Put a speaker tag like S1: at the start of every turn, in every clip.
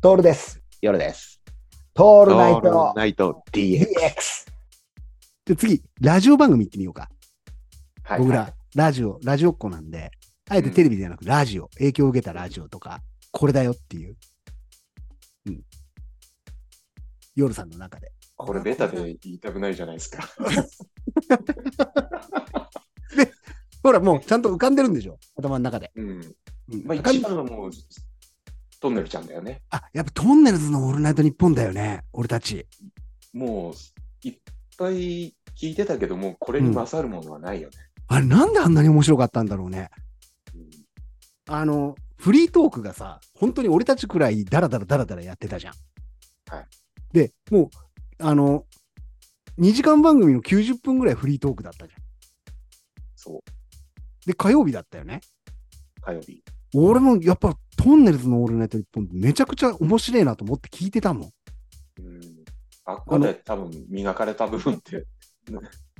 S1: トールです。
S2: 夜です。
S1: ト
S2: オ
S1: ールナイト
S2: ナイト DX。
S1: DX。
S3: で、次、ラジオ番組行ってみようか。
S2: はい
S3: 僕ら、ラジオ、ラジオっ子なんで、あえてテレビじゃなく、ラジオ、影響を受けたラジオとか、これだよっていう。うん。夜さんの中で。
S4: これベタで言いたくないじゃないですか。
S3: ほら、もうちゃんと浮かんでるんでしょ頭の中で。
S4: うん。
S3: うん
S4: まあ
S3: 浮かん
S4: 一番はもう、トンネルちゃんだよね。
S3: あ、やっぱトンネルズのオールナイトニッポンだよね。俺たち。
S4: もう、いっぱい聞いてたけども、これに勝るものはないよね。
S3: あれ、なんであんなに面白かったんだろうね。
S4: うん
S3: あの、フリートークがさ、本当に俺たちくらいダラダラダラダラやってたじゃん。
S4: はい。
S3: で、もう、あの、2時間番組の90分ぐらいフリートークだったじゃん。
S4: そう、
S3: で、火曜日だったよね。
S4: 火曜日。
S3: 俺もやっぱトンネルズのオールナイト日本めちゃくちゃ面白いなと思って聞いてたもん。
S4: うん。あっこで多分磨かれた部分って、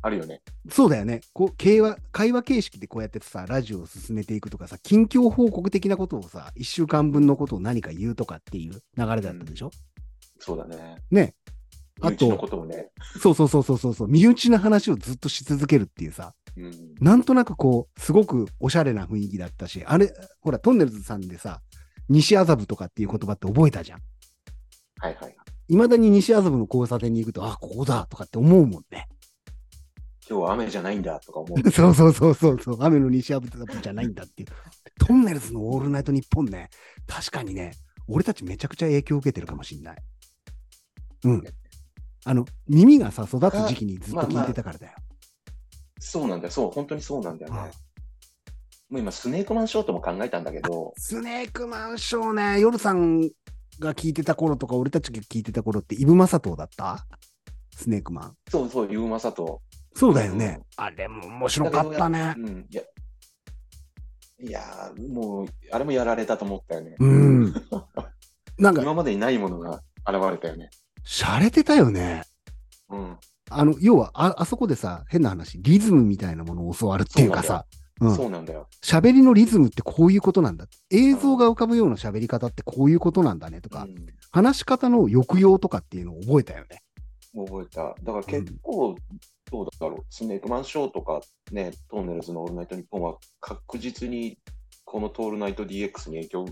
S4: あるよね。
S3: そうだよね。こう、会話、会話形式でこうやってさ、ラジオを進めていくとかさ、近況報告的なことをさ、1週間分のことを何か言うとかっていう流れだったでしょ、
S4: そうだね。
S3: ね。あ
S4: あ
S3: と
S4: と。のことをね。
S3: そうそうそうそうそうそう、身内の話をずっとし続けるっていうさ、
S4: うん。
S3: なんとなくこう、すごくおしゃれな雰囲気だったし、あれ、ほら、トンネルズさんでさ、西麻布とかっていう言葉って覚えたじゃん。
S4: はいはい。
S3: いまだに西麻布の交差点に行くと、あ、ここだとかって思うもんね。
S4: 今日は雨じゃないんだとか思う。
S3: そうそうそうそうそう、雨の西麻布じゃないんだっていう。トンネルズのオールナイトニッポンね、確かにね、俺たちめちゃくちゃ影響を受けてるかもしんない。うん。あの、耳がさ、育つ時期にずっと聞いてたからだよ。
S4: そうなんだよ。そう、本当にそうなんだよね。
S3: はい
S4: もう今、スネークマンショートも考えたんだけど、
S3: スネークマンショーね、夜さんが聞いてた頃とか、俺たちが聞いてた頃って、イブマサトウだったスネークマン。
S4: そうそう、ゆうまさと。
S3: そうだよね。あれも面白かったね。
S4: うん、いや、いやーもう、あれもやられたと思ったよね。
S3: うん。なんか、
S4: 今までにないものが現れたよね。
S3: 洒落てたよね。
S4: うん、
S3: あの、要はあ、あそこでさ、変な話、リズムみたいなものを教わるっていうかさ、うん
S4: そうなんだよ。
S3: 喋りのリズムってこういうことなんだ。映像が浮かぶような喋り方ってこういうことなんだねとか、
S4: うん
S3: 話し方の抑揚とかっていうのを覚えたよね。
S4: 覚えた。だから結構、どうだろう、スネークマンショーとか、ね、トンネルズのオールナイトニッポンは確実にこのトールナイト DX に影響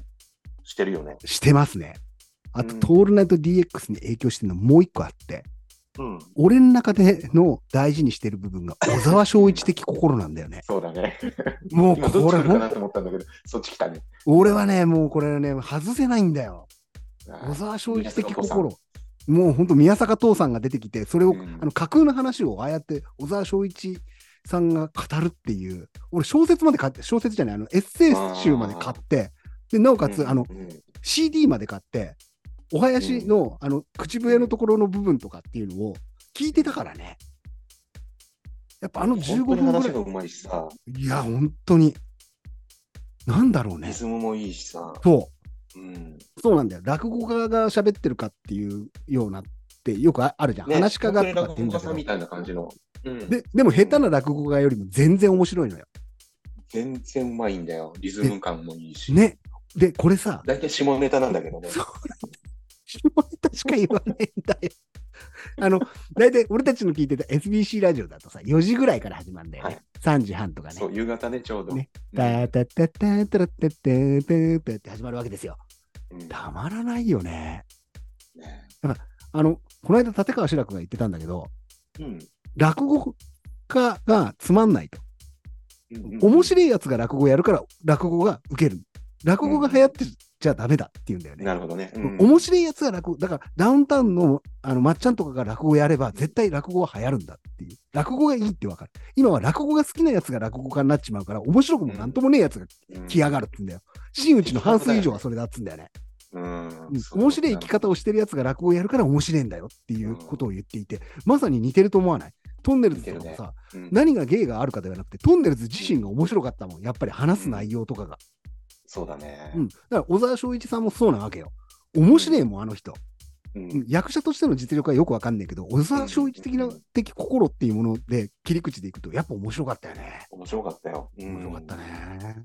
S4: してるよね。
S3: してますね。あと、
S4: うん
S3: トールナイト DX に影響してるのもう一個あって、
S4: うん、。
S3: 俺の中での大事にしてる部分が小沢昭一的心なんだよね
S4: そうだね。
S3: もう
S4: 今どっ
S3: こ
S4: ち
S3: れ
S4: 来るか
S3: ほ、
S4: なんと思ったんだけど、そっち来たね。
S3: 俺はね、もうこれね、外せないんだよ。
S4: あー
S3: 小沢昭一的
S4: 宮坂
S3: 心。もう本当宮坂父さんが出てきて、それを、
S4: うん
S3: あの架空の話をああやって小沢昭一さんが語るっていう、俺小説まで買って、小説じゃない、あのエッセイ集まで買って、でなおかつ、あの
S4: うん
S3: CD まで買って、お囃子の,、あの口笛のところの部分とかっていうのを聞いてたからね。やっぱあの15分ぐ
S4: 本当に
S3: ら
S4: 話が
S3: いう
S4: まいしさ、、
S3: いや、本当に、なんだろう
S4: リ
S3: ね。
S4: ズムもいいしさ、
S3: そう。
S4: うん、
S3: そうなんだよ。落語家が喋ってるかっていうようなってよくああるじゃん。話し家がとかって言うんだけ
S4: 本当に落語家さん
S3: ど
S4: み。たいな感じの、うん、
S3: ででも下手な落語家よりも全然面白いのよ。
S4: 全然うまいんだよ。リズム感もいいし。
S3: ね。で、これさ、
S4: 大体下ネタなんだけどね。
S3: 下ネタしか言わないんだよ。あの、大体俺たちの聞いてた SBC ラジオだとさ、4時ぐらいから始まるんだよね。
S4: は
S3: 3時半とかね
S4: そ。う、夕方ね、ちょうど。
S3: ね
S4: うん
S3: タタタタタラタタタタって始まるわけですよ。
S4: うん
S3: たまらないよね。
S4: ね
S3: あの、この間立川志らくが言ってたんだけど、
S4: うん
S3: 落語家がつまんないと。
S4: うんうん
S3: 面白いやつが落語やるから落語が受ける。落語が流行ってちゃダメだって言うんだよね。
S4: なるほどね。うん
S3: 面白いやつが落語、だからダウンタウンのあのまっちゃんとかが落語やれば絶対落語は流行るんだっていう。落語がいいってわかる。今は落語が好きなやつが落語家になっちまうから面白くもなんともねえやつが
S4: うん
S3: 来やがるって言うんだよ。真打ちの半数以上はそれだっつうんだよね。
S4: う
S3: う
S4: ん
S3: ん面白い生き方をしてるやつが落語やるから面白いんだよっていうことを言っていて、まさに似てると思わないトンネルズとかも
S4: 似て
S3: さ、
S4: うん
S3: 何が芸があるかではなくて、トンネルズ自身が面白かったもん、やっぱり話す内容とかが。
S4: そうだね
S3: う。ん、だから小沢昭一さんもそうなわけよ。面白いもん、あの人。
S4: うん
S3: うん役者としての実力はよくわかんないけど、小沢昭一的な
S4: うん
S3: 的心っていうもので切り口でいくと、やっぱ面白かったよね。
S4: 面白かったよ。うん
S3: 面白かったね。